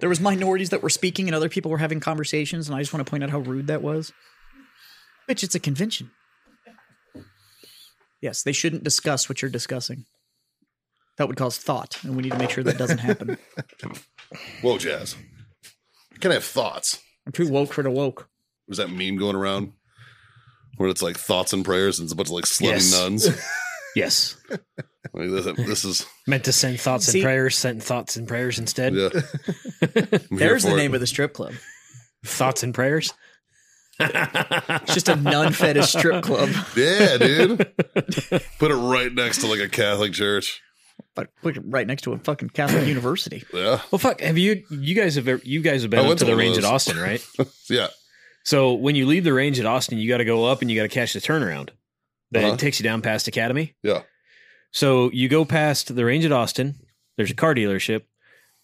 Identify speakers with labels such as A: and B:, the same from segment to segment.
A: there was minorities that were speaking and other people were having conversations and i just want to point out how rude that was bitch it's a convention yes they shouldn't discuss what you're discussing that would cause thought and we need to make sure that doesn't happen
B: Whoa, Jazz. I can I have thoughts.
A: i'm too woke for the woke
B: Was that meme going around where it's like thoughts and prayers and it's a bunch of like slutty
C: Yes.
B: nuns?
C: Yes.
B: Like, this, this is
C: Meant to send thoughts
A: See-
C: and prayers, sent thoughts and prayers instead.
B: yeah.
A: there's the name of the strip club
C: Thoughts and prayers.
A: it's just a nun fetish strip club
B: Yeah, dude. Put it right next to like a Catholic church.
A: but put it right next to a fucking catholic university
B: Yeah,
C: Well, fuck. Have you, you guys have, ever, you guys have
B: I
C: been up
B: went
C: to
B: to
C: the
B: one of
C: range at
B: those.
C: Austin, right?
B: yeah.
C: so when you leave the range at Austin, you got to go up and you got to catch the turnaround that
B: Uh-huh.
C: takes you down past Academy.
B: Yeah.
C: So you go past the range at Austin. There's a car dealership.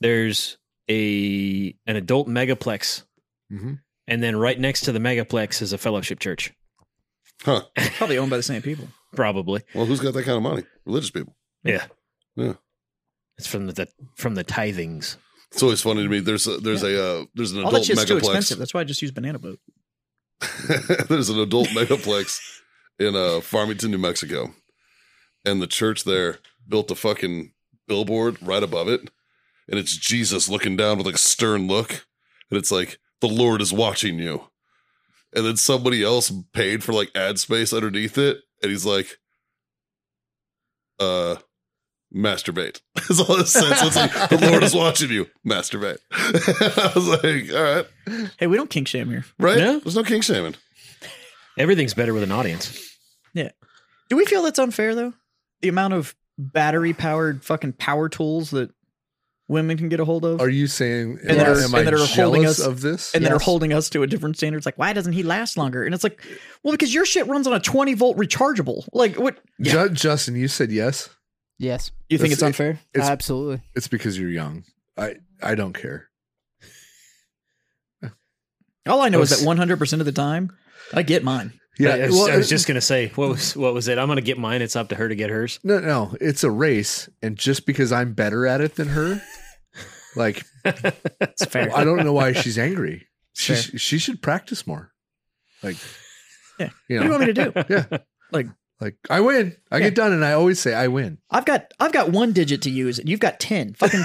C: There's a, an adult megaplex.
B: Mm-hmm.
D: Mhm.
C: And then right next to the megaplex is a fellowship church.
B: Huh.
A: probably owned by the same people
C: Probably.
B: Well, who's got that kind of money? Religious people.
C: Yeah.
B: Yeah.
C: It's from the, from the tithings.
B: It's always funny to me. There's a, there's a uh, there's an
A: all
B: adult
A: that shit's too
B: megaplex.
A: expensive that's why i just use banana boat
B: there's an adult megaplex in uh, Farmington, New Mexico, and the church there built a fucking billboard right above it, and it's Jesus looking down with like a stern look, and it's like the Lord is watching you, and then somebody else paid for like ad space underneath it, and he's like, uh. Masturbate is all it says. So It's like the Lord is watching you. Masturbate. I was like, all right,
A: hey we don't kink shame here
B: right?
C: Yeah.
B: There's no king shaming.
C: Everything's better with an audience.
A: Do we feel that's unfair though? The amount of battery powered fucking power tools that women can get a hold of
D: Are you saying
A: And that are-
D: am I
A: and that are
D: jealous
A: holding us-
D: of this?
A: and that are holding us to a different standard. It's like, why doesn't he last longer? And it's like, well, because your shit runs on a 20 volt rechargeable. Like, what?
D: Ju- Justin, you said yes.
E: Yes,
A: You think
D: That's-
A: it's unfair?
D: It's
E: absolutely.
D: it's because you're young. I I don't care.
A: All I know is
C: it's-
A: that 100% of the time, I get mine.
D: Yeah,
C: I, I was,
D: well, uh,
C: I was just gonna say what was what was it? I'm gonna get mine. It's up to her to get hers.
D: no, no. It's a race, and just because I'm better at it than her, like
A: It's fair.
D: I don't know why she's angry. She
A: Fair.
D: she should practice more. Like,
A: Yeah.
D: you
A: What do you
D: know,
A: want me to do?
D: yeah.
A: Like-
D: like I win. I
A: Yeah.
D: get done, and I always say I win.
A: I've got I've got one digit to use, and you've got ten. Fucking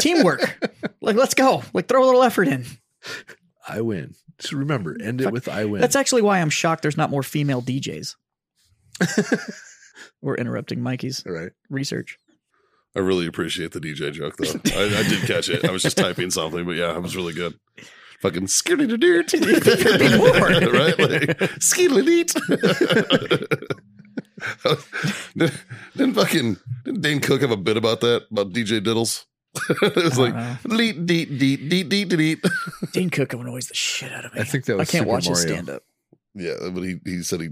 A: teamwork. Like, let's go. Like, throw a little effort in.
D: I win. Just remember, end it
A: Fuck.
D: with I win.
A: That's actually why I'm shocked there's not more female DJs. We're interrupting Mikey's
D: all right.
A: research.
B: I really appreciate the DJ joke though. I, I did catch it. I was just typing something, but yeah, it was really good. Fucking skitty to dirt, right? Like skitty
A: Uh-huh.
B: deet. Didn't fucking didn't Dane Cook have a bit about that about DJ Diddles? it was like leet deet deet deet deet deet.
A: Dean Cook annoys the shit out of me.
D: I think that was
A: I can't
D: Super
A: watch his
D: Mario.
A: stand up.
B: Yeah, but he he said he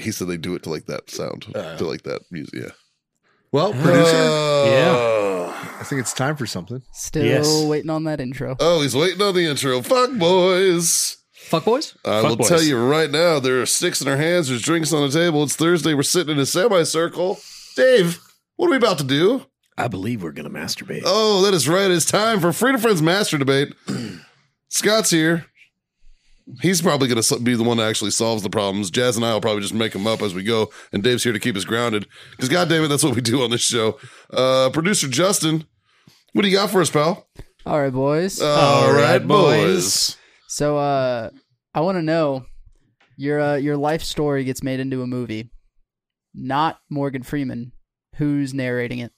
B: he said they do it to like that sound,
D: Uh.
B: to like that music. Yeah.
D: Well,
A: Uh,
D: producer,
B: yeah.
D: I think it's time for something.
E: Still
C: Yes.
E: waiting on that intro.
B: Oh, he's waiting on the intro. Fuck boys.
A: Fuck boys.
B: I
C: Fuck
B: will
C: boys.
B: tell you right now, there are sticks in our hands. There's drinks on the table. It's Thursday. We're sitting in a semicircle. Dave, what are we about to do?
C: I believe we're gonna masturbate.
B: Oh, that is right. It's time for Freedom Friends Master Debate. Scott's here. He's probably going to be the one that actually solves the problems. Jazz and I will probably just make them up as we go. And Dave's here to keep us grounded. Because, God damn it, that's what we do on this show. Uh, Producer Justin, what do you got for us, pal?
E: All right, boys.
D: Uh,
B: All right, boys.
E: so, uh, I want to know your uh, your life story gets made into a movie, not Morgan Freeman. Who's narrating it?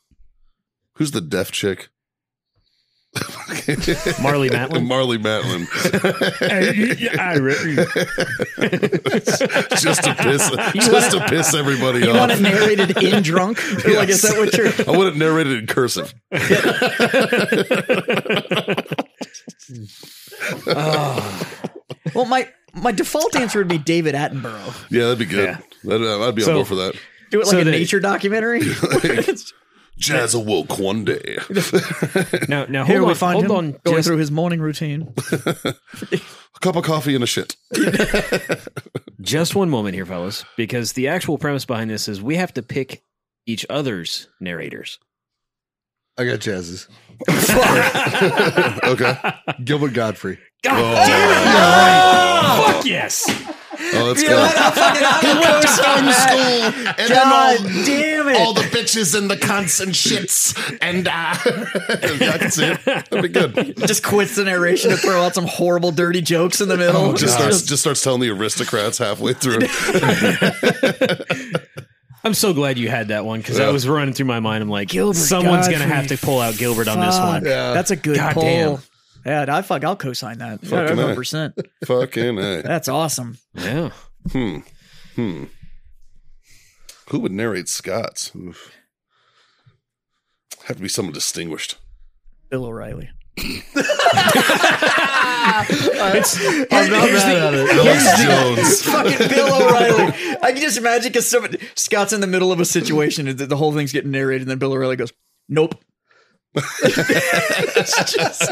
B: Who's the deaf chick?
C: Marley Matlin.
B: Marley Matlin. just to piss, just to piss everybody
A: You
D: Uh,
B: off.
A: want it narrated in drunk? They're Like, is
B: Yes.
A: that what you're?
B: I would have narrated in cursive.
A: Well, my my default answer would be David Attenborough.
B: Yeah, that'd be good.
C: Yeah.
B: That'd, I'd be
C: So-
B: on board for that.
A: Do it like
C: So
A: a
C: they-
A: nature documentary. It's-
B: Jazz awoke one day.
C: now, now
A: Here
C: hold
A: we
C: on.
A: find
C: hold
A: him
C: on.
A: going
C: just-
A: through his morning routine.
B: A cup of coffee and a shit.
C: Just one moment here, fellas, because the actual premise behind this is we have to pick each other's narrators.
D: I got jazzes.
B: Okay.
D: Gilbert Godfrey.
C: God damn it! Fuck yes!
B: Oh, that's good.
F: And
A: God
F: then
A: damn it!
F: all, all the bitches and the cunts and shits and uh
B: yeah, I can see it. That'd be good.
A: just quits the narration to throw out some horrible, dirty jokes in the middle.
B: Oh, just starts just starts telling the aristocrats halfway through.
C: I'm so glad you had that one because I
B: Yeah.
C: was running through my mind. I'm like,
A: Gilbert
C: someone's going to
A: Godfrey.
C: have to pull out Gilbert on this one.
A: That's a good
C: God
A: poll.
C: damn.
A: Yeah, I fuck. I'll co-sign that.
B: Fucking A.
A: 100. percent
B: Fucking a.
A: That's awesome.
C: Yeah.
B: Hmm. Hmm. Who would narrate Scott's? Oof. Have to be someone distinguished.
A: Bill O'Reilly.
D: I'm not mad at it.
B: Alex Jones.
A: Fucking Bill O'Reilly. I can just imagine because somebody Scott's in the middle of a situation and the, the whole thing's getting narrated, and then Bill O'Reilly goes, "Nope." It's just-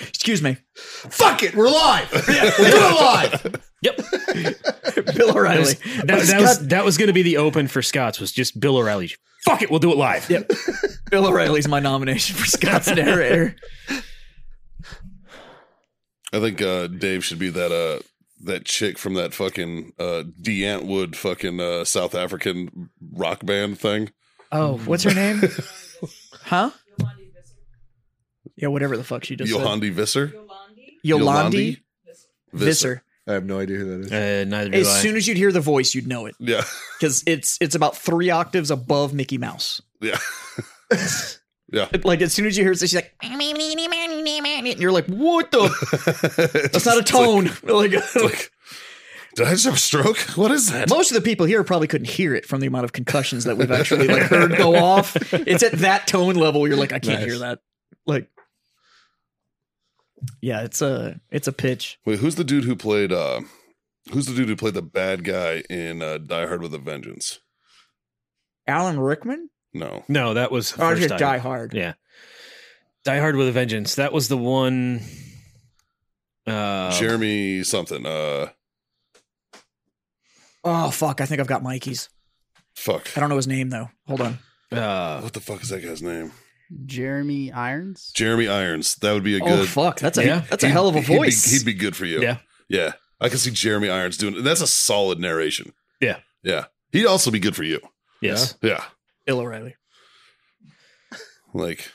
A: excuse me,
F: fuck it, we're live. We're doing it live.
C: Yep.
A: Bill O'Reilly.
C: That, that
A: Scott-
C: was that was going to be the open for Scott's was just Bill O'Reilly. Fuck it, we'll do it live.
A: Yep. Bill O'Reilly's my nomination for Scott's narrator.
B: I think uh, Dave should be that uh that chick from that fucking uh D Antwood fucking uh South African rock band thing.
A: Oh, what's her name? huh? Yeah, whatever the fuck she just said.
B: Yohandi Visser.
A: Yolandi
B: Visser.
A: Visser.
D: I have no idea who that is.
C: Uh, neither do
A: As
C: I.
A: soon as you'd hear the voice, you'd know it
B: Yeah.
A: because it's it's about three octaves above Mickey Mouse.
B: Yeah.
A: It- like as soon as you hear it, she's like, and you're like, what the? That's not a tone. Like,
B: like, did I just have a stroke? What is that?
A: most of the people here probably couldn't hear it from the amount of concussions that we've actually like heard go off. It's at that tone level. Where you're like, I can't hear that. Like, yeah, it's a it's a pitch.
B: Wait, who's the dude who played uh who's the dude who played the bad guy in uh Die Hard with a Vengeance?
A: Alan Rickman.
B: No.
C: no, that was
A: Oh,
C: first
A: just
C: item.
A: Die Hard.
C: Yeah. Die Hard with a Vengeance. That was the one.
A: Um,
C: Uh,
B: Jeremy something. Uh
A: Oh fuck! I think I've got Mikey's.
B: fuck.
A: I don't know his name though. Hold on.
C: uh,
B: What the fuck is that guy's name?
E: Jeremy Irons.
B: Jeremy Irons. That would be a good
A: Oh fuck! That's a
C: Yeah.
A: that's a hell of a
B: He'd be-
A: voice.
B: He'd be, good for you.
C: yeah.
B: Yeah. I can see Jeremy Irons doing that's a solid narration.
C: Yeah.
B: Yeah. He'd also be good for you.
C: Yes.
B: Yeah.
A: Bill O'Reilly.
B: Like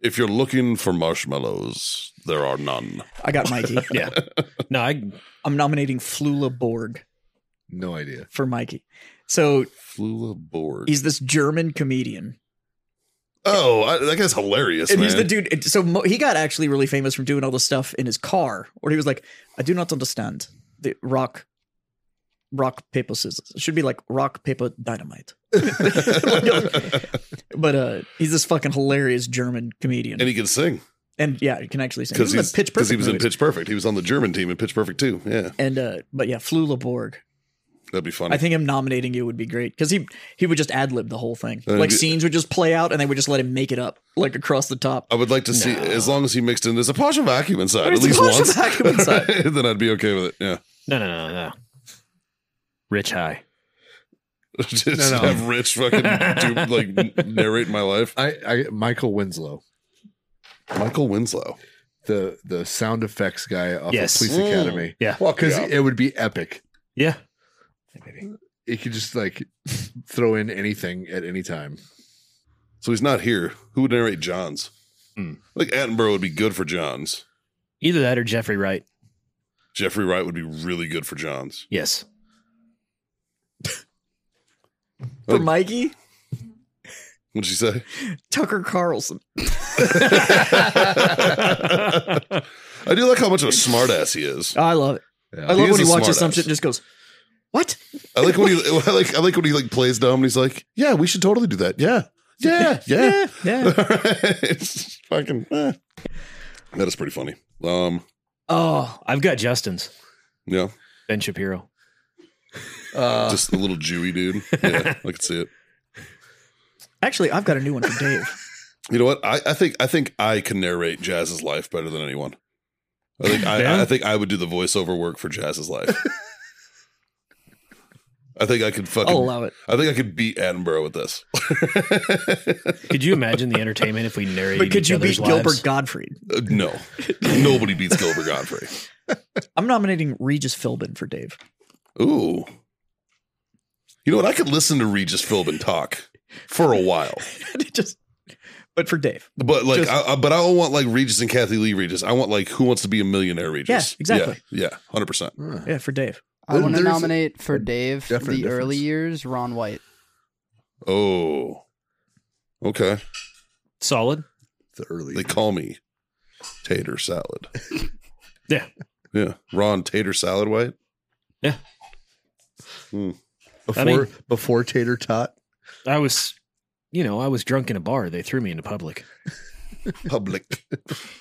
B: if you're looking for marshmallows, there are none.
A: I got Mikey.
C: Yeah. No, I.
A: I'm nominating Flula Borg
D: No idea.
A: for Mikey. So
B: Flula Borg.
A: he's this German comedian,
B: oh, I, that guy's hilarious.
A: and
B: man.
A: he's the dude. and So mo- he got actually really famous from doing all the stuff in his car, where he was like, "I do not understand the rock, rock paper scissors. It should be like rock paper dynamite." but uh, he's this fucking hilarious German comedian,
B: And he can sing
A: and yeah, you can actually sing.
B: because
A: He was
B: he's
A: in the Pitch
B: because he
A: Perfect
B: was in
A: movies.
B: Pitch Perfect. He was on the German team in Pitch Perfect too. Yeah,
A: And uh, but yeah, Flula Borg.
B: that'd be funny.
A: I think him nominating you would be great because he he would just ad lib the whole thing.
B: Uh,
A: like
B: d-
A: scenes would just play out, and they would just let him make it up like across the top.
B: I would like to see as long as he mixed in. There's a partial vacuum inside
A: There's
B: at
A: a
B: least
A: partial
B: once.
A: vacuum inside.
B: then I'd be okay with it. Yeah,
C: No, no, no, no. Rich High.
B: just
D: no.
B: have Rich fucking do, like narrate my life.
D: I, I Michael Winslow,
B: Michael Winslow.
D: the the sound effects guy off
C: Yes.
D: of Police
B: Mm.
D: Academy.
C: Yeah.
D: Well, because
B: Yeah.
D: it would be epic.
C: Yeah.
D: It could just like throw in anything at any time.
B: So he's not here. Who would narrate John's?
C: Hmm.
B: Like Attenborough would be good for John's.
C: Either that or Jeffrey Wright.
B: Jeffrey Wright would be really good for John's.
C: Yes.
A: For Mikey,
B: What'd she say?
A: Tucker Carlson.
B: I do like how much of a smartass he is.
A: I love it. I
B: He
A: love
B: is
A: when he
B: a
A: watches
B: smartass.
A: some shit and just goes, "What?
B: I like when he I like I like when he like plays dumb and he's like, "Yeah, we should totally do that." Yeah. Yeah. Yeah.
A: yeah."
B: it's fucking eh. That is pretty funny. Um,
A: Oh,
C: I've got Justin's
B: yeah.
C: Ben Shapiro.
D: Uh,
B: Just a little Jewy dude. Yeah, I could see it.
A: actually, I've got a new one for Dave.
B: You know what? I, I think I think I can narrate Jazz's life better than anyone. I think I,
C: Yeah?
B: I think I would do the voiceover work for Jazz's life. I think I could fucking.
A: I'll allow it.
B: I think I could beat Attenborough with this.
C: Could you imagine the entertainment if we narrated?
A: But could
C: each
A: you
C: other's
A: beat Gilbert
C: lives?
A: Gottfried?
B: Uh, no, nobody beats Gilbert Godfrey.
A: I'm nominating Regis Philbin for Dave.
B: Ooh, you know what? I could listen to Regis Philbin talk for a while,
A: just, but for Dave.
B: but like,
A: Just-
B: I, I- but I don't want like Regis and Kathy Lee Regis. I want like Who Wants to Be a Millionaire Regis.
A: Yeah, exactly.
B: Yeah, hundred percent.
A: Yeah, for Dave.
E: I want to
D: There's a-
E: nominate for Dave the
D: definite difference.
E: early years Ron White.
B: Oh, okay.
C: Solid.
D: the early.
B: They call me Tater Salad.
C: Yeah.
B: Yeah. Ron Tater Salad White. Hmm.
D: before
C: I mean-
D: before tater tot.
C: I was, you know, I was drunk in a bar. They threw me into public.
B: Public.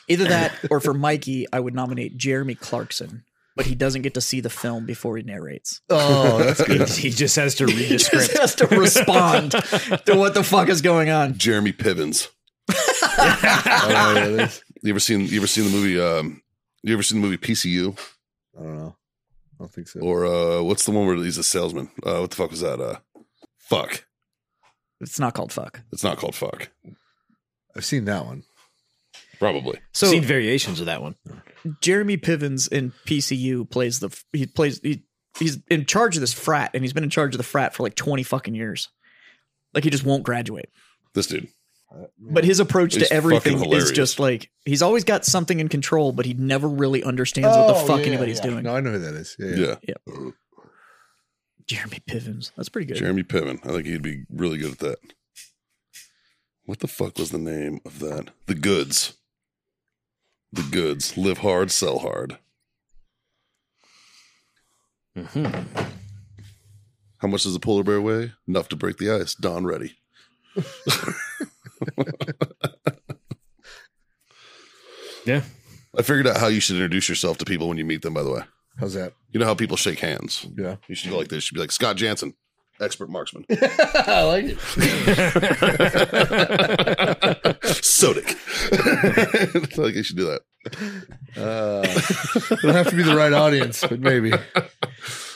A: Either that or for Mikey, I would nominate Jeremy Clarkson, but he doesn't get to see the film before he narrates.
D: Oh, that's
C: He,
D: good.
C: he just has to read the
A: He just
C: script.
A: has to respond to what the fuck is going on.
B: Jeremy Pivens.
D: I don't know what that Oh, is.
B: You ever seen you ever seen the movie um you ever seen the movie PCU
D: I don't know. I don't think so.
B: or uh what's the one where he's a salesman? Uh what the fuck was that? Uh fuck.
A: It's not called fuck.
B: It's not called fuck.
D: I've seen that one.
B: Probably.
A: So
C: Seen variations of that one.
A: Jeremy Pivens in PCU plays the he plays he, he's in charge of this frat and he's been in charge of the frat for like 20 fucking years. Like he just won't graduate.
B: This dude.
A: But his approach
B: He's
A: to everything
B: fucking
A: is
B: hilarious.
A: just like he's always got something in control, but he never really understands what
C: Oh,
A: the fuck anybody's doing.
D: No, I know who that is. Yeah, yeah.
B: Yeah.
A: Jeremy Pivens. That's pretty good.
B: Jeremy Piven. I think he'd be really good at that. What the fuck was the name of that? The goods. The goods. Live hard, sell hard.
C: Mhm.
B: How much does a polar bear weigh? Enough to break the ice. Don ready.
C: Yeah.
B: I figured out how you should introduce yourself to people when you meet them, by the way.
D: How's that?
B: You know how people shake hands?
D: Yeah.
B: You should go like this. You should be like, Scott Jansen, expert marksman.
D: I like it.
B: Sodic. I think you should do that.
D: Uh, it'll have to be the right audience, but maybe.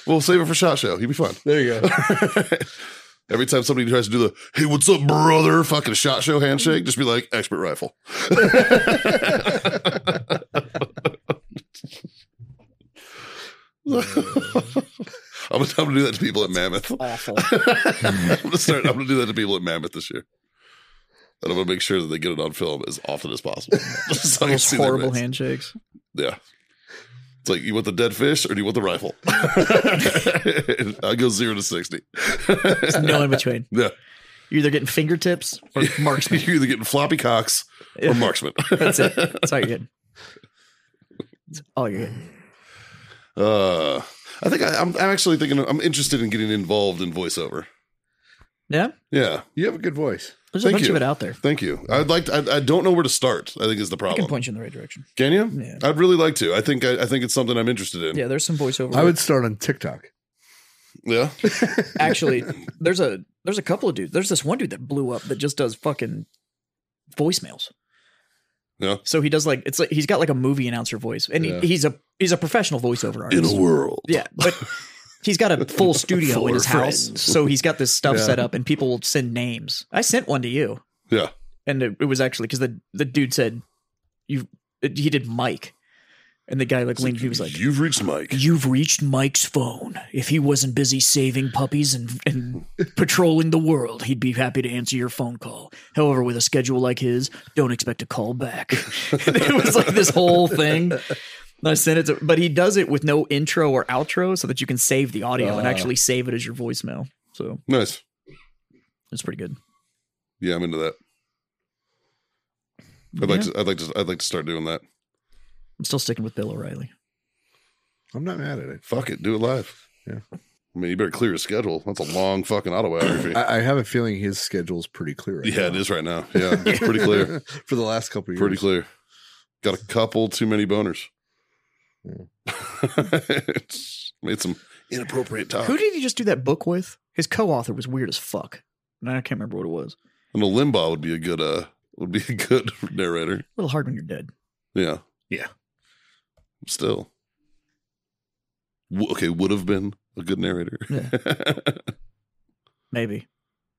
B: We'll save it for Shot Show. He'd be fun.
D: There you go.
B: Every time somebody tries to do the "Hey, what's up, brother?" fucking shot show handshake, just be like expert rifle. I'm, gonna, I'm gonna do that to people at Mammoth.
A: Awful.
B: I'm gonna start. I'm gonna do that to people at Mammoth this year. And I'm gonna make sure that they get it on film as often as possible. Just so I can
A: Those
B: see their
A: horrible
B: face.
A: handshakes.
B: Yeah. It's like, you want the dead fish or do you want the rifle? I go zero to 60.
A: There's no in between.
B: Yeah.
A: You're either getting fingertips or marksman.
B: You're either getting floppy cocks
A: Yeah.
B: or marksman.
A: That's it. That's all you're getting. That's all you're getting.
B: Uh, I think I, I'm, I'm actually thinking, I'm interested in getting involved in voiceover.
A: Yeah.
B: Yeah.
D: You have a good voice.
A: There's
B: Thank
A: a bunch
B: you.
A: of it out there.
B: Thank you. I'd like, to, I, I don't know where to start, I think is
A: I can
B: the problem. Can,
A: point you in the right direction.
B: you?
A: Yeah.
B: I'd really like to. I think, I, I think it's something I'm interested in.
A: Yeah, there's some voiceover.
D: I would start on TikTok.
B: Yeah.
A: actually there's a there's a couple of dudes. There's this one dude that blew up that just does fucking voicemails.
B: Yeah.
A: So he does like it's like he's got like a movie announcer voice. And he-
D: Yeah.
A: he's a he's a professional voiceover artist.
B: In a world.
A: Yeah, but he's got a full studio in his house, so he's got this stuff
D: Yeah.
A: set up, and people will send names. I sent one to you,
B: Yeah.
A: and it, it was actually because the the dude said you it, he did Mike, and the guy like leaned. He was like,
B: You've reached Mike.
A: "You've reached Mike's phone. If he wasn't busy saving puppies and and patrolling the world, he'd be happy to answer your phone call. However, with a schedule like his, don't expect a call back." And it was like this whole thing. And I sent it to, but he does it with no intro or outro so that you can save
B: Ah.
A: the audio and actually save it as your voicemail. So
B: Nice.
A: it's pretty good.
B: Yeah, I'm into that. I'd like to. I'd like to. I'd like to start doing that.
A: I'm still sticking with Bill O'Reilly.
D: I'm not mad at it.
B: Fuck it, do it live.
D: Yeah.
B: I mean, you better clear your schedule. That's a long fucking autobiography.
D: I, I have a feeling his schedule's pretty clear. Right
B: yeah,
D: now.
B: it is right now. Yeah, it's pretty clear.
D: for the last couple of years.
B: Pretty clear. Got a couple too many boners.
A: Hmm.
B: It's made some inappropriate
D: Oh.
B: talk.
A: Who did he just do that book with? His co-author was weird as fuck. And I can't remember what it was.
B: And a Limbaugh would be a good uh would be a good narrator.
A: A little hard when you're dead.
B: Yeah.
A: Yeah.
B: Still. W- okay, would have been a good narrator.
A: Maybe.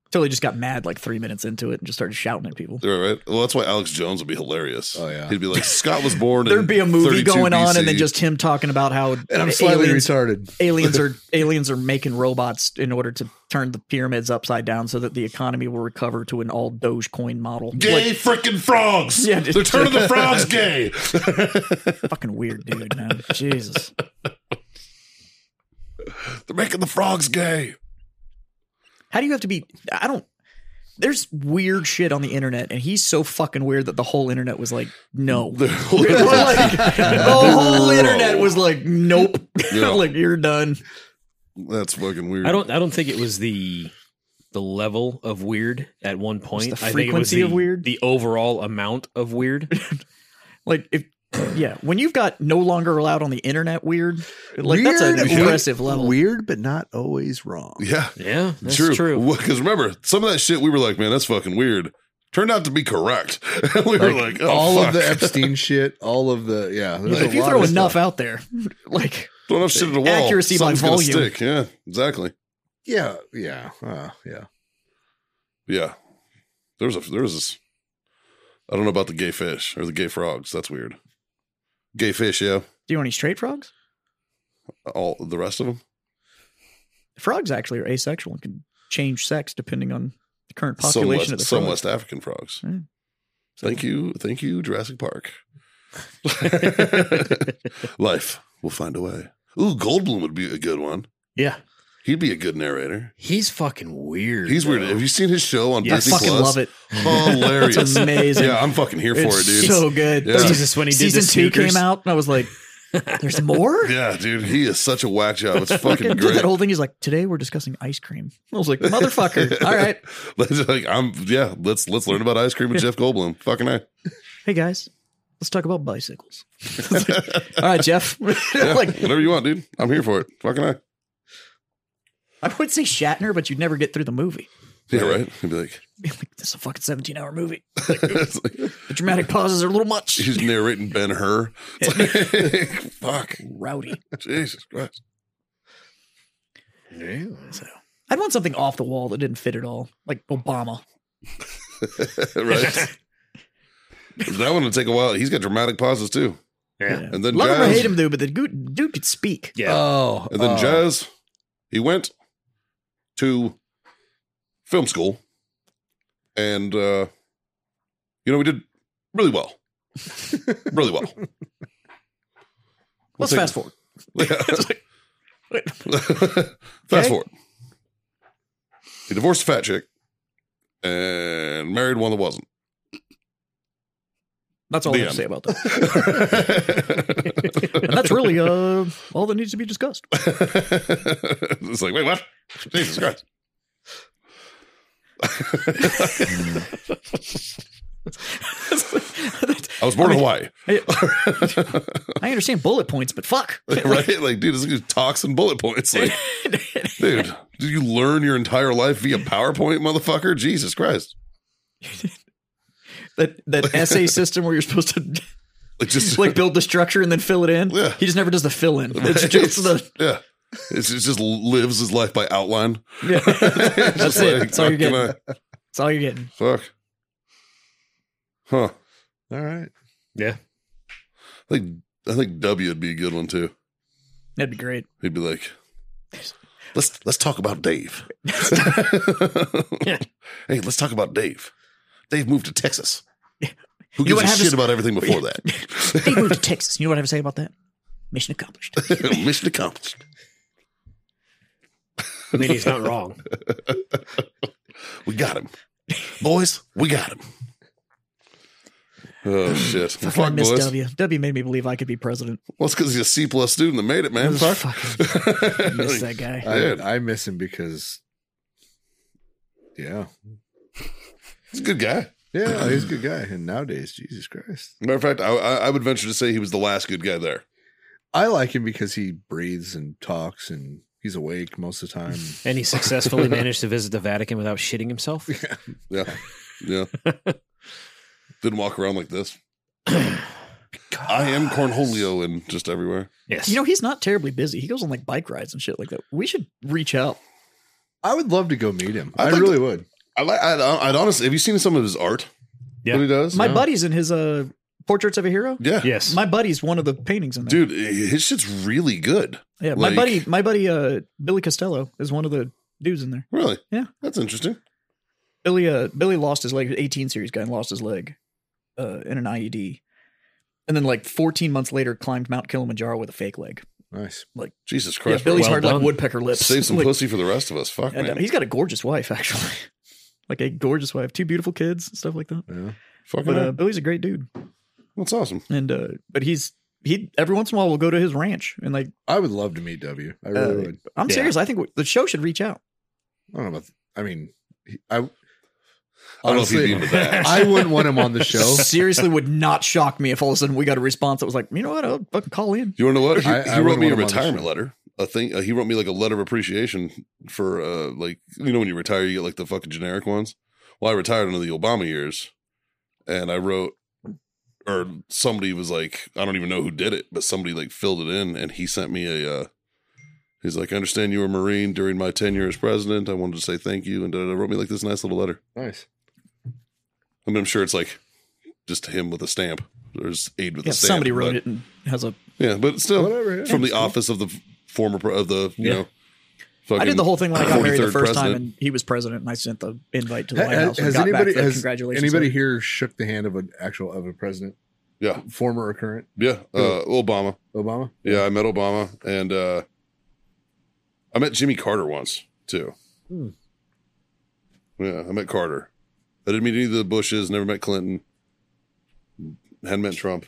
A: Until he just got mad like three minutes into it and just started shouting at people.
B: All right. Well, that's why Alex Jones would be hilarious.
D: Oh, yeah.
B: He'd be like, Scott was born. in
A: There'd be a movie
B: 32
A: going on
B: BC.
A: and then just him talking about how
D: And I'm slightly
A: aliens,
D: retarded.
A: aliens are aliens are making robots in order to turn the pyramids upside down so that the economy will recover to an all Dogecoin model.
B: gay freaking frogs.
A: Yeah,
B: they're
A: just-
B: turning the frogs gay.
A: Like, fucking weird dude, man. Jesus.
B: They're making the frogs gay.
A: How do you have to be? I don't. There's weird shit on the internet, and he's so fucking weird that the whole internet was like, no.
B: They're
A: We're like, the whole internet was like, nope.
B: Yeah.
A: like you're done.
B: That's fucking weird.
C: I don't. I don't think it was the the level of weird at one point.
A: the
C: I think it was
A: frequency
C: the,
A: of weird?
C: the overall amount of weird.
A: Like if yeah, when you've got no longer allowed on the internet, weird. Like that's an
D: Weird,
A: impressive level.
D: Weird, but not always wrong.
B: Yeah,
C: yeah, that's
B: true.
C: true.
B: Because remember, some of that shit we were like, man, that's fucking weird. Turned out to be correct. we were like, oh,
D: all
B: fuck.
D: of the Epstein shit, all of the yeah. there's
A: But
D: a
A: if you
D: lot
A: throw
D: of
A: enough
D: stuff.
A: out there, like
B: Don't have shit at the wall.
A: Accuracy by
B: Something's gonna
A: volume.
B: Stick. Yeah, exactly.
D: yeah, yeah, uh, yeah.
B: Yeah, there was a there was this. I don't know about the gay fish or the gay frogs. That's weird. Gay fish, yeah.
A: do you want any straight frogs?
B: All the rest of them.
A: Frogs actually are asexual and can change sex depending on the current population
B: some West,
A: of the
B: some
A: frog.
B: West African frogs.
A: Hmm.
B: Thank you, thank you, Jurassic Park. Life will find a way. Ooh, Goldblum would be a good one.
C: Yeah,
B: He'd be a good narrator.
C: he's fucking weird.
B: He's weird.
C: though.
B: Have you seen his show on
A: I
B: Disney
A: fucking
B: Plus?
A: love it.
B: Hilarious.
A: It's amazing.
B: Yeah, I'm fucking here for it,
A: It's
B: dude.
A: so good.
B: Yeah.
C: Jesus, when he did the
A: season two
C: sneakers.
A: came out, and I was like, "There's more."
B: yeah, dude, he is such a whack job. It's
A: Fucking
B: fucking
A: did
B: great.
A: that whole thing. He's like, "Today we're discussing ice cream." I was like, "Motherfucker!" All right,
B: Let's, like, I'm yeah. Let's let's learn about ice cream with Jeff Goldblum. Fucking I.
A: hey guys, let's talk about bicycles. It's like, All right, Jeff. like
B: Whatever you want, dude. I'm here for it. Fucking I.
A: I would say Shatner, but you'd never get through the movie.
B: Yeah, right. He'd be like,
A: Like this is a fucking seventeen-hour movie.
B: it's like-
A: The dramatic pauses are a little much.
B: he's narrating Ben Hur. It's like, fuck.
A: Rowdy.
B: Jesus Christ.
A: So I'd want something off the wall that didn't fit at all, like Obama.
B: right. that one would take a while. He's got dramatic pauses too.
C: Yeah.
B: And then
A: Love him or
B: jazz.
A: hate him, dude, but the dude, dude could speak.
C: Yeah.
D: Oh,
B: And then
D: uh,
B: jazz. He went to film school. And uh you know, we did really well. really well.
A: Let's
B: take-
A: fast forward.
B: Fast forward. He divorced a fat chick and married one that wasn't.
A: That's all
B: The
A: I have to
B: end.
A: say about that. and that's really uh, all that needs to be discussed.
B: it's like, wait, what? Jesus Christ. I was born in Hawaii,
A: I, I understand bullet points, but fuck.
B: right? Like, dude, this is talks and bullet points. Like, dude, did you learn your entire life via PowerPoint, motherfucker? Jesus Christ!
A: That that essay system where you're supposed to
B: Like, just
A: like build the structure and then fill it in.
B: Yeah.
A: He just never does the fill in. It's just the
B: yeah, it's, it just lives his life by outline.
A: yeah. That's it. That's all Oh, you're
B: fucking,
A: getting.
B: uh,
A: That's all you're getting.
B: Fuck. Huh.
D: All right.
C: yeah.
B: I think I think W would be a good one too.
A: That'd be great.
B: He'd be like, let's let's talk about Dave. hey, let's talk about Dave. Dave moved to Texas.
A: You know
B: Who gives
A: what
B: a
A: happens-
B: shit about everything before that?
A: They moved to Texas. You know what I have to say about that? Mission accomplished.
B: Mission accomplished.
C: I mean, he's not wrong.
B: We got him. Boys, we got him. Oh shit! Well,
A: Fuck, I
B: Fuck,
A: miss
B: boys.
A: W. W made me believe I could be president.
B: Well, it's because he's a C plus student that made it, man. Fuck.
A: Fucking miss that guy.
B: Dude,
D: I, I miss him because, yeah,
B: he's a good guy.
D: yeah, he's a good guy. And nowadays, Jesus Christ,
B: Matter of fact, I, I, I would venture to say he was the last good guy there.
D: I like him because he breathes and talks and he's awake most of the time.
C: And he successfully managed to visit the Vatican without shitting himself.
B: Yeah, yeah. Didn't walk around like this. I am Cornholio and just everywhere.
C: Yes.
A: You know, he's not terribly busy. He goes on like bike rides and shit like that. We should reach out.
D: I would love to go meet him.
B: I'd
D: I
B: like
D: really
B: to-
D: would.
B: I like. I'd, I'd honestly. Have you seen some of his art?
C: Yeah.
B: What he does.
A: My
B: No.
A: buddy's in his uh portraits of a hero.
B: Yeah.
C: yes.
A: My buddy's one of the paintings in there.
B: Dude, his shit's really good.
A: yeah, my
B: like-
A: buddy, my buddy, uh, Billy Costello is one of the dudes in there.
B: Really?
A: Yeah.
B: That's interesting.
A: Billy, uh, Billy lost his leg. 18 series guy and lost his leg, uh, in an IED, and then like 14 months later climbed Mount Kilimanjaro with a fake leg.
D: Nice.
B: Jesus
A: Yeah,
B: Christ.
A: Billy's
C: Well
A: hard
C: done.
A: like woodpecker lips.
B: Save some
A: Like,
B: pussy for the rest of us. Fuck,
A: and, uh,
B: man.
A: he's got a gorgeous wife, actually. like a gorgeous wife, two beautiful kids, stuff like that.
D: Yeah.
B: Fucking
A: But uh,
B: hell.
A: Billy's a great dude,
B: That's awesome.
A: and uh, but he's he every once in a while will go to his ranch and like
D: I would love to meet W. I really
A: Uh,
D: would.
A: I'm
C: Yeah.
A: serious. I think we- the show should reach out.
D: I don't know about. I mean, he- I
B: I don't know if he'd
D: honestly,
B: be into that.
D: I wouldn't want him on the show.
A: Seriously, would not shock me if all of a sudden we got a response that was like, you know what, I'll fucking call in.
B: You want to know what? He,
D: I- I
B: he
D: wouldn't
B: wrote me a
D: want him on the
B: retirement
D: show.
B: letter. A thing. Uh, he wrote me like a letter of appreciation for uh, like you know when you retire you get like the fucking generic ones. Well, I retired under the Obama years, and I wrote, or somebody was like, I don't even know who did it, but somebody like filled it in, and he sent me a. Uh, he's like, I understand you were a Marine during my tenure as president. I wanted to say thank you, and da, da, da, wrote me like this nice little letter.
D: Nice.
B: I mean, I'm sure it's like just him with a stamp. There's aid with
A: Yeah,
B: a stamp.
A: somebody wrote
B: but-
A: it and has a.
B: Yeah, but still,
D: Whatever, yeah.
B: from the office of the f- former pre- of the you
C: Yeah.
B: know.
A: I did the whole thing when I got married the
B: 43rd
A: first time,
B: president.
A: and he was president, and I sent the invite to the
D: Ha-
A: White House.
D: Has,
A: and got
D: anybody
A: back the
D: has
A: congratulations
D: anybody
A: letter.
D: here shook the hand of an actual of a president,
B: Yeah,
D: former or current
B: yeah. Uh, Obama.
D: Obama?
B: Yeah, I met Obama, and uh, I met Jimmy Carter once too.
A: Hmm.
B: Yeah, I met Carter. I didn't meet any of the Bushes. Never met Clinton. Hadn't met Trump.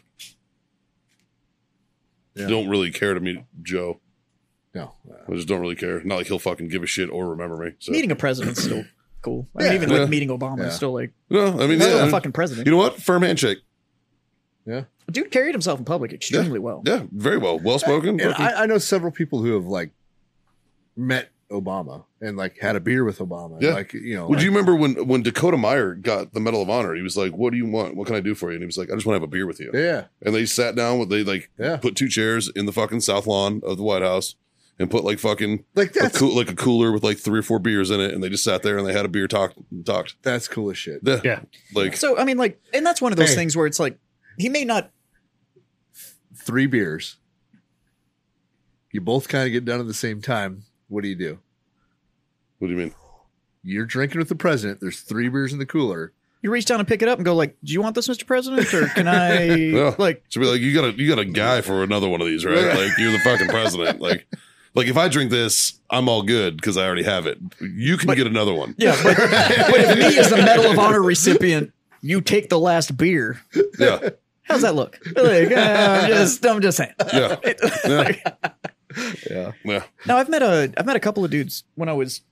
D: Yeah.
B: Don't really care to meet Joe.
D: No. Uh,
B: I just don't really care. Not like he'll fucking give a shit or remember me. So.
A: Meeting a president's still cool. I mean,
D: Yeah.
A: even
B: Yeah.
A: like meeting Obama
D: Yeah.
A: is still like
B: No, I mean,
A: he's still
B: yeah,
A: a fucking president.
B: you know what? Firm handshake.
D: yeah.
A: The Dude carried himself in public extremely well.
B: Yeah, very well. Well spoken.
D: And I, I know several people who have like met Obama and like had a beer with Obama.
B: Yeah.
D: Like you know.
B: Would
D: like-
B: you remember when when Dakota Meyer got the Medal of Honor? He was like, "What do you want? What can I do for you?" And he was like, "I just want to have a beer with you."
D: Yeah.
B: And they sat down. with They like
D: Yeah.
B: put two chairs in the fucking south lawn of the White House and put like fucking
D: Like
B: a
D: that's
B: cool like a cooler with like three or four beers in it, and they just sat there and they had a beer talk and talked.
D: that's cool as shit.
B: Yeah,
C: Yeah.
B: like
A: So I mean, like, and that's one of those
D: Hey.
A: things where it's like he may not.
D: Three beers. You both kind of get done at the same time. What do you do?
B: what do you mean?
D: You're drinking with the president. There's three beers in the cooler.
A: You reach down and pick it up and go like, "Do you want this, Mr. President, or can I?"
B: Yeah.
A: Like,
B: Should be like you got a you got a guy for another one of these, right? Like you're the fucking president. Like like if I drink this, I'm all good because I already have it. You can get another one.
A: yeah, but, but if me as the Medal of Honor recipient, you take the last beer.
B: Yeah,
A: How's that look? Like, uh, I'm just, I'm just saying.
B: yeah, yeah.
D: Yeah.
B: yeah.
A: Now I've met a, I've met a couple of dudes when I was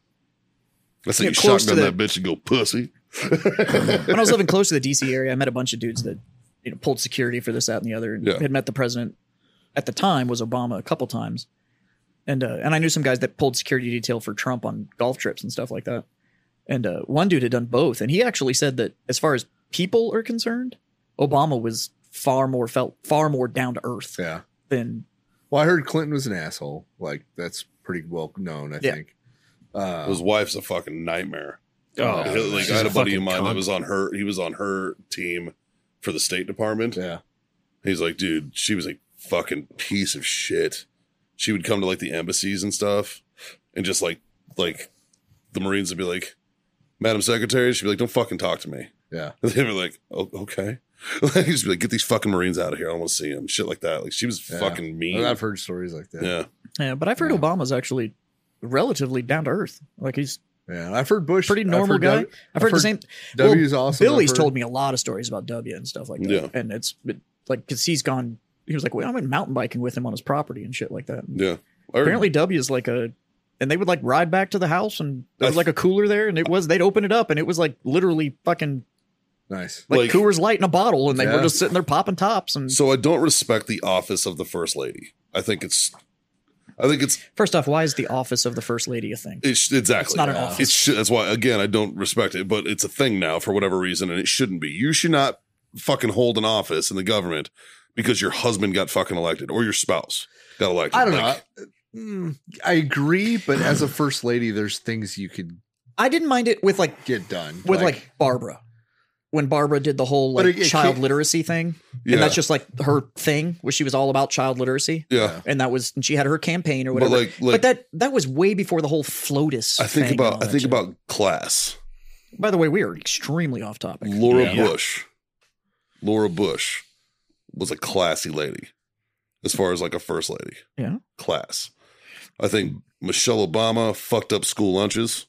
B: I see
A: Yeah,
B: you
A: close
B: shotgun
A: to
B: that bitch and go pussy.
A: when I was living close to the DC area. I met a bunch of dudes that you know pulled security for this, that, and the other. And
B: Yeah.
A: Had met the president at the time was Obama a couple times, and uh, and I knew some guys that pulled security detail for Trump on golf trips and stuff like that. And uh, one dude had done both, and he actually said that as far as people are concerned, Obama was far more felt far more down to earth
D: Yeah.
A: than
D: Well, I heard Clinton was an asshole. Like that's pretty well known, I
A: Yeah.
D: think. Uh,
B: His wife's a fucking nightmare.
C: Oh,
B: He- like
C: she's
B: I had
C: a
B: a buddy of
C: fucking
B: mine
C: cunt.
B: that was on her. He was on her team for the State Department.
D: yeah.
B: He's like, dude, she was a fucking piece of shit. She would come to like the embassies and stuff, and just like like the Marines would be like, Madam Secretary, she'd be like, don't fucking talk to me.
D: Yeah.
B: And they were like, oh, okay. Like, he'd just be like, get these fucking Marines out of here. I don't want to see them. Shit like that. Like she was
D: Yeah.
B: fucking mean.
D: I've heard stories like that.
B: yeah.
A: Yeah, but I've heard
D: Yeah.
A: Obama's actually relatively down to earth. Like he's
D: Yeah, I've heard Bush.
A: Pretty
D: I've
A: normal
D: heard
A: guy.
D: W-
A: I've heard the same.
D: W's awesome. I've
A: Billy's
D: heard-
A: told me a lot of stories about W and stuff like that.
B: Yeah.
A: And it's it- like because he's gone. He was like, "Well, I went mountain biking with him on his property and shit like that." And
B: Yeah. I heard-
A: Apparently, W is like a, and they would like ride back to the house and there was
B: I-
A: like a cooler there, and it was they'd open it up and it was like literally fucking
D: nice.
A: like,
B: Like-
A: Coors Light in a bottle, and they were
D: Yeah.
A: just sitting there popping tops. And
B: So I don't respect the office of the first lady. I think it's, I think it's,
A: first off, why is the office of the first lady a thing?
B: it's exactly.
A: It's not an office.
B: It's sh- that's why again I don't respect it, but it's a thing now for whatever reason, and it shouldn't be. You should not fucking hold an office in the government because your husband got fucking elected or your spouse got elected.
D: I don't
B: Like,
D: know. Mm, I agree, but as a first lady, there's things you could
A: I didn't mind it with like
D: get done.
A: with like, Barbara. When Barbara did the whole
D: But
A: like
D: it- it
A: child
D: can't-
A: literacy thing,
B: Yeah.
A: and that's just like her thing, where she was all about child literacy,
B: yeah.
A: and that was and she had her campaign or
B: But
A: whatever. But,
B: like, like
A: that that was way before the whole FLOTUS.
B: I think
A: thing and all
B: about, I
A: that
B: think
A: shit.
B: about class.
A: By the way, we are extremely off topic.
B: Laura
C: Yeah.
B: Bush. Laura Bush was a classy lady as far as like a first lady.
A: Yeah.
B: Class. I think Michelle Obama fucked up school lunches.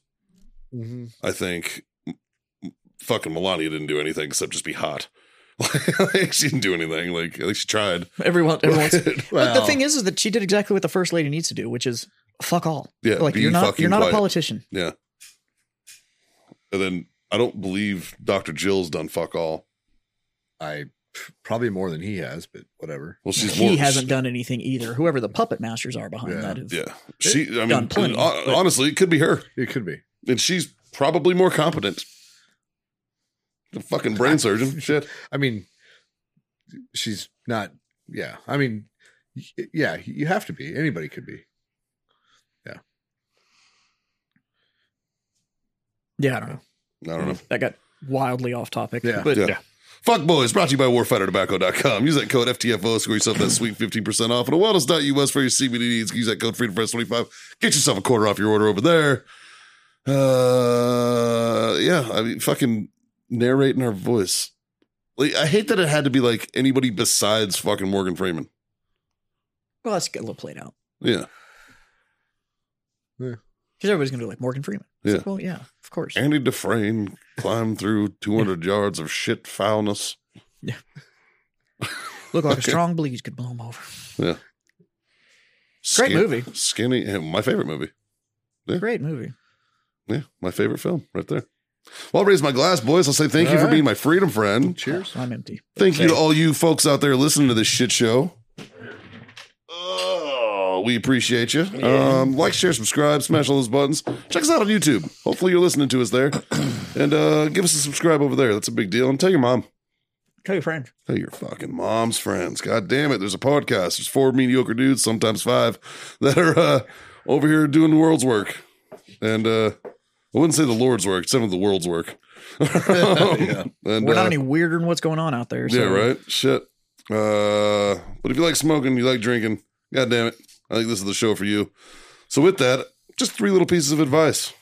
B: I think m- m- fucking Melania didn't do anything except just be hot. like she didn't do anything. Like I think she tried.
A: Everyone, everyone's. but the
D: Well.
A: thing is, is that she did exactly what the first lady needs to do, which is fuck all.
B: Yeah,
A: like
B: be
A: you're not
B: fucking
A: you're not
B: quiet.
A: a politician.
B: Yeah. And then I don't believe Dr. Jill's done fuck all.
D: I probably more than he has, but whatever.
B: Well, she's
A: he
B: more,
A: hasn't done anything either. Whoever the puppet masters are behind
D: Yeah.
A: that is.
B: Yeah, she. I mean,
A: done plenty,
B: hon-
A: but-
B: honestly, it could be her.
D: It could be.
B: and she's probably more competent. The fucking brain surgeon, shit.
D: I mean, she's not. Yeah, I mean, y- yeah, you have to be. Anybody could be.
A: Yeah, I don't know.
B: I don't know.
A: That got wildly off topic.
D: Yeah.
A: Mm-hmm. but
B: yeah. Fuck boys, brought to you by warfightertobacco.com. Use that code FTFO, score yourself that sweet 15% off. And wellness.us for your CBD needs. Use that code freedom press 25. Get yourself a quarter off your order over there. Uh, yeah, I mean, fucking narrating our voice. Like, I hate that it had to be like anybody besides fucking Morgan Freeman.
A: well, that's a little played out
B: Yeah.
A: because everybody's gonna be like Morgan Freeman. It's
B: Yeah.
A: like, well, yeah, of course.
B: Andy Dufresne climbed through 200 yards of shit foulness.
A: Look like a
B: Okay.
A: strong bleed could blow him over.
B: Skin-
A: movie.
B: Skinny, yeah, my favorite movie.
A: Great movie.
B: Yeah, my favorite film right there. Well, I'll raise my glass, boys. I'll say thank you
D: All
B: for
D: right.
B: being my freedom friend.
D: Cheers.
A: I'm empty.
B: Thank you to all you folks out there listening to this shit show. Oh, we appreciate you. Um, like, share, subscribe, smash all those buttons. Check us out on YouTube. Hopefully, you're listening to us there. And uh, give us a subscribe over there. That's a big deal. And tell your mom.
A: Tell your friend.
B: Tell your fucking mom's friends. God damn it. There's a podcast. There's four mediocre dudes, sometimes five, that are uh, over here doing the world's work. And uh, I wouldn't say the Lord's work, some of the world's work. And,
A: We're not
B: uh,
A: any weirder than what's going on out there. So
B: yeah, right? Shit. Uh, but if you like smoking, you like drinking, God damn it. I think this is the show for you. So, with that, just three little pieces of advice.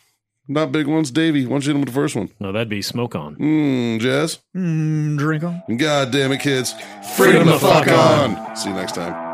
B: Not big ones. Davey, why don't you hit him with the first one?
C: No, that'd be smoke on.
B: Mmm, Jazz.
A: Mm, drink 'em.
B: God damn it, kids.
C: Freedom to fuck
B: on. See you next time.